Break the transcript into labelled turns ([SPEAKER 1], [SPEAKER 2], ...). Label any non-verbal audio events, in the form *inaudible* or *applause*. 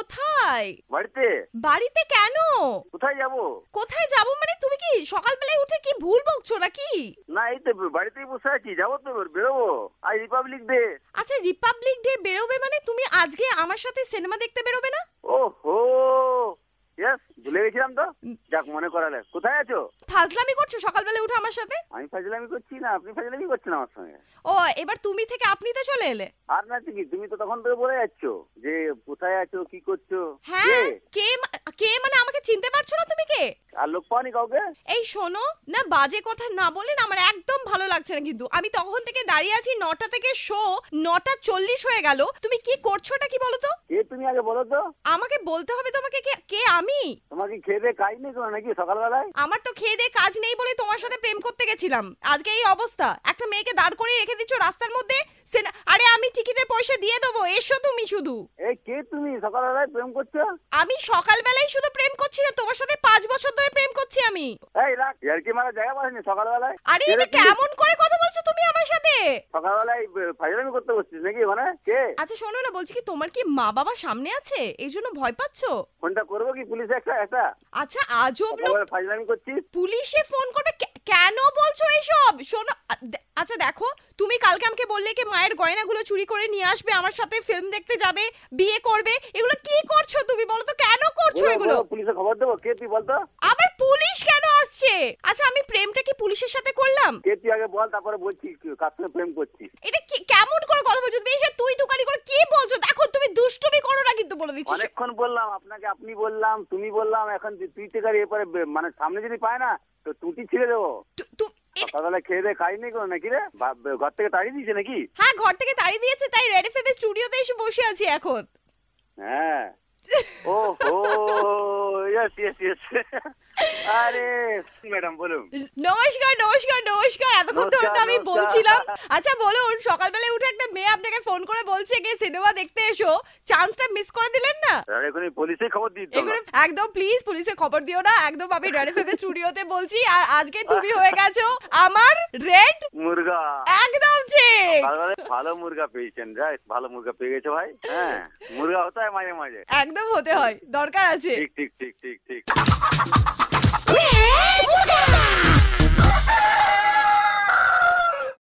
[SPEAKER 1] কোথায়
[SPEAKER 2] বাড়িতে
[SPEAKER 1] বাড়িতে কেন
[SPEAKER 2] কোথায় যাব
[SPEAKER 1] কোথায় যাব মানে তুমি কি সকালবেলায় উঠে কি ভুল বকছো নাকি
[SPEAKER 2] না এই তো বাড়িতেই বসে আছি যাবো তো বেরোবো আজ রিপাবলিক ডে
[SPEAKER 1] আচ্ছা রিপাবলিক ডে বেরোবে মানে তুমি আজকে আমার সাথে সিনেমা দেখতে বেরোবে না
[SPEAKER 2] ও হো ইয়েস ভুলে গেছিলাম তো যাক মনে করালে কোথায় আছো
[SPEAKER 1] ফাজলামি করছো সকালবেলায় উঠে আমার সাথে
[SPEAKER 2] আমি ফাজলামি করছি না আপনি ফাজলামি করছেন আমার সঙ্গে
[SPEAKER 1] ও এবার তুমি থেকে আপনি তো চলে এলে
[SPEAKER 2] আর না আচ্ছা কি তুমি তো তখন থেকে বলে যাচ্ছ যে কোথায় আছো কি করছো
[SPEAKER 1] হ্যাঁ
[SPEAKER 2] কে?
[SPEAKER 1] কে মা- কে মানে আমাকে চিনতে পারছো না তুমি কে
[SPEAKER 2] আর লোক পাওনি কাউকে
[SPEAKER 1] এই শোনো না বাজে কথা না বলে না আমার একদম ভালো লাগছে না কিন্তু আমি তখন থেকে দাঁড়িয়ে আছি নটা থেকে শো নটা চল্লিশ হয়ে গেল তুমি কি করছোটা কি বলো তো
[SPEAKER 2] কে তুমি আগে বলো তো
[SPEAKER 1] আমাকে বলতে হবে তোমাকে কে কে আমি
[SPEAKER 2] তোমাকে খেয়ে দিয়ে কাজ নেই তোমার নাকি সকালবেলায়
[SPEAKER 1] আমার তো খেয়ে দিয়ে কাজ নেই বলে তোমার সাথে প্রেম করতে গেছিলাম আজকে এই অবস্থা একটা মেয়েকে দাঁড় করিয়ে রেখে দিচ্ছ রাস্তার মধ্যে সেনা আরে আমি টিকিটের পয়সা দিয়ে দেবো এসো তুমি শুধু
[SPEAKER 2] এই কে তুমি সকালবেলায় প্রেম করছো
[SPEAKER 1] আমি সকালবেলায় শুধু প্রেম করছি না তোমার সাথে পাঁচ বছর ধরে প্রেম করছি আমি
[SPEAKER 2] এই রাখ ইয়ার্কি মারা জায়গা পাসনি সকালবেলায়
[SPEAKER 1] আরে
[SPEAKER 2] কে রে
[SPEAKER 1] এটা
[SPEAKER 2] তুমি?
[SPEAKER 1] কেমন করে কথা বলছো তুমি আমার সাথে
[SPEAKER 2] সকালবেলায় ব- ফাজলামি করতে বসছিস নাকি মানে কে
[SPEAKER 1] আচ্ছা শোনো না বলছি কি তোমার কি মা বাবা সামনে আছে এই জন্য ভয় পাচ্ছো
[SPEAKER 2] ফোনটা করবো কি পুলিশে একটা একটা
[SPEAKER 1] আচ্ছা আজব লোক
[SPEAKER 2] সকালবেলা ফাজলামি করছিস
[SPEAKER 1] পুলিশে ফোন করে কে- কেন বলছো এইসব শোনো আ- দে- আচ্ছা দেখো তুমি কালকে আমাকে বললে কি মায়ের গয়নাগুলো চুরি করে নিয়ে আসবে আমার সাথে ফিল্ম দেখতে যাবে বিয়ে করবে এগুলো কি করছো তুমি বলো তো কেন করছো
[SPEAKER 2] বলো,
[SPEAKER 1] এগুলো
[SPEAKER 2] বলো, পুলিশে খবর দেবো কে তুই বলতো
[SPEAKER 1] আবার পুলিশ কেন আসছে আচ্ছা আমি প্রেমটা কি পুলিশের সাথে করলাম
[SPEAKER 2] কে তুই আগে বল তারপরে বলছিস কি- কার সঙ্গে প্রেম করছিস
[SPEAKER 1] এটা কি কেমন করে কথা বলছো তুমি এসে তুই দোকানি করে কি বলছো দেখো তুমি দুষ্টুমি করো না কিন্তু বলে দিচ্ছি
[SPEAKER 2] অনেকক্ষণ বললাম আপনাকে আপনি বললাম তুমি বললাম এখন তুই- তুই থেকে আর এরপরে বে- মানে সামনে যদি পায় না তো টুটি ছিঁড়ে দেবো
[SPEAKER 1] তু- তু- এটা-
[SPEAKER 2] সকালবেলা খেয়ে দিয়ে কাজ নেই কোনো নাকি রে বা- বে- ঘর থেকে তাড়িয়ে দিয়েছে নাকি
[SPEAKER 1] হ্যাঁ ঘর থেকে তাড়িয়ে দিয়েছে তাই রেড এফএম স্টুডিওতে এসে বসে আছি এখন
[SPEAKER 2] হ্যাঁ ও হো ইয়েস ইয়েস ইয়েস আরে ম্যাডাম বলুন
[SPEAKER 1] নমস্কার নমস্কার নমস্কার এতক্ষণ ধরে তো
[SPEAKER 2] নমস্কার,
[SPEAKER 1] আমি
[SPEAKER 2] নমস্কার।
[SPEAKER 1] বলছিলাম আচ্ছা বলুন সকালবেলায় উঠে একটা মেয়ে আপনাকে ফোন করে বলছে গিয়ে সিনেমা দেখতে এসো চান্সটা মিস করে দিলেন না
[SPEAKER 2] আর এখনই পুলিশে খবর দিয়ে দিতাম
[SPEAKER 1] এগুলো একদম প্লিজ পুলিশে খবর দিও না একদম আমি রেড এফএম স্টুডিওতে বলছি আর আজকে
[SPEAKER 2] *laughs*
[SPEAKER 1] তুমি হয়ে গেছো আমার রেড
[SPEAKER 2] মুরগা
[SPEAKER 1] একদম *laughs* ঠিক
[SPEAKER 2] সকালবেলা ভালো মুরগা পেয়েছেন রাইট ভালো মুরগা পেয়ে গেছে ভাই হ্যাঁ মুরগা হতে হয় মাঝে মাঝে
[SPEAKER 1] একদম হতে হয় দরকার আছে
[SPEAKER 2] ঠিক ঠিক ঠিক ঠিক ঠিক
[SPEAKER 3] Murga!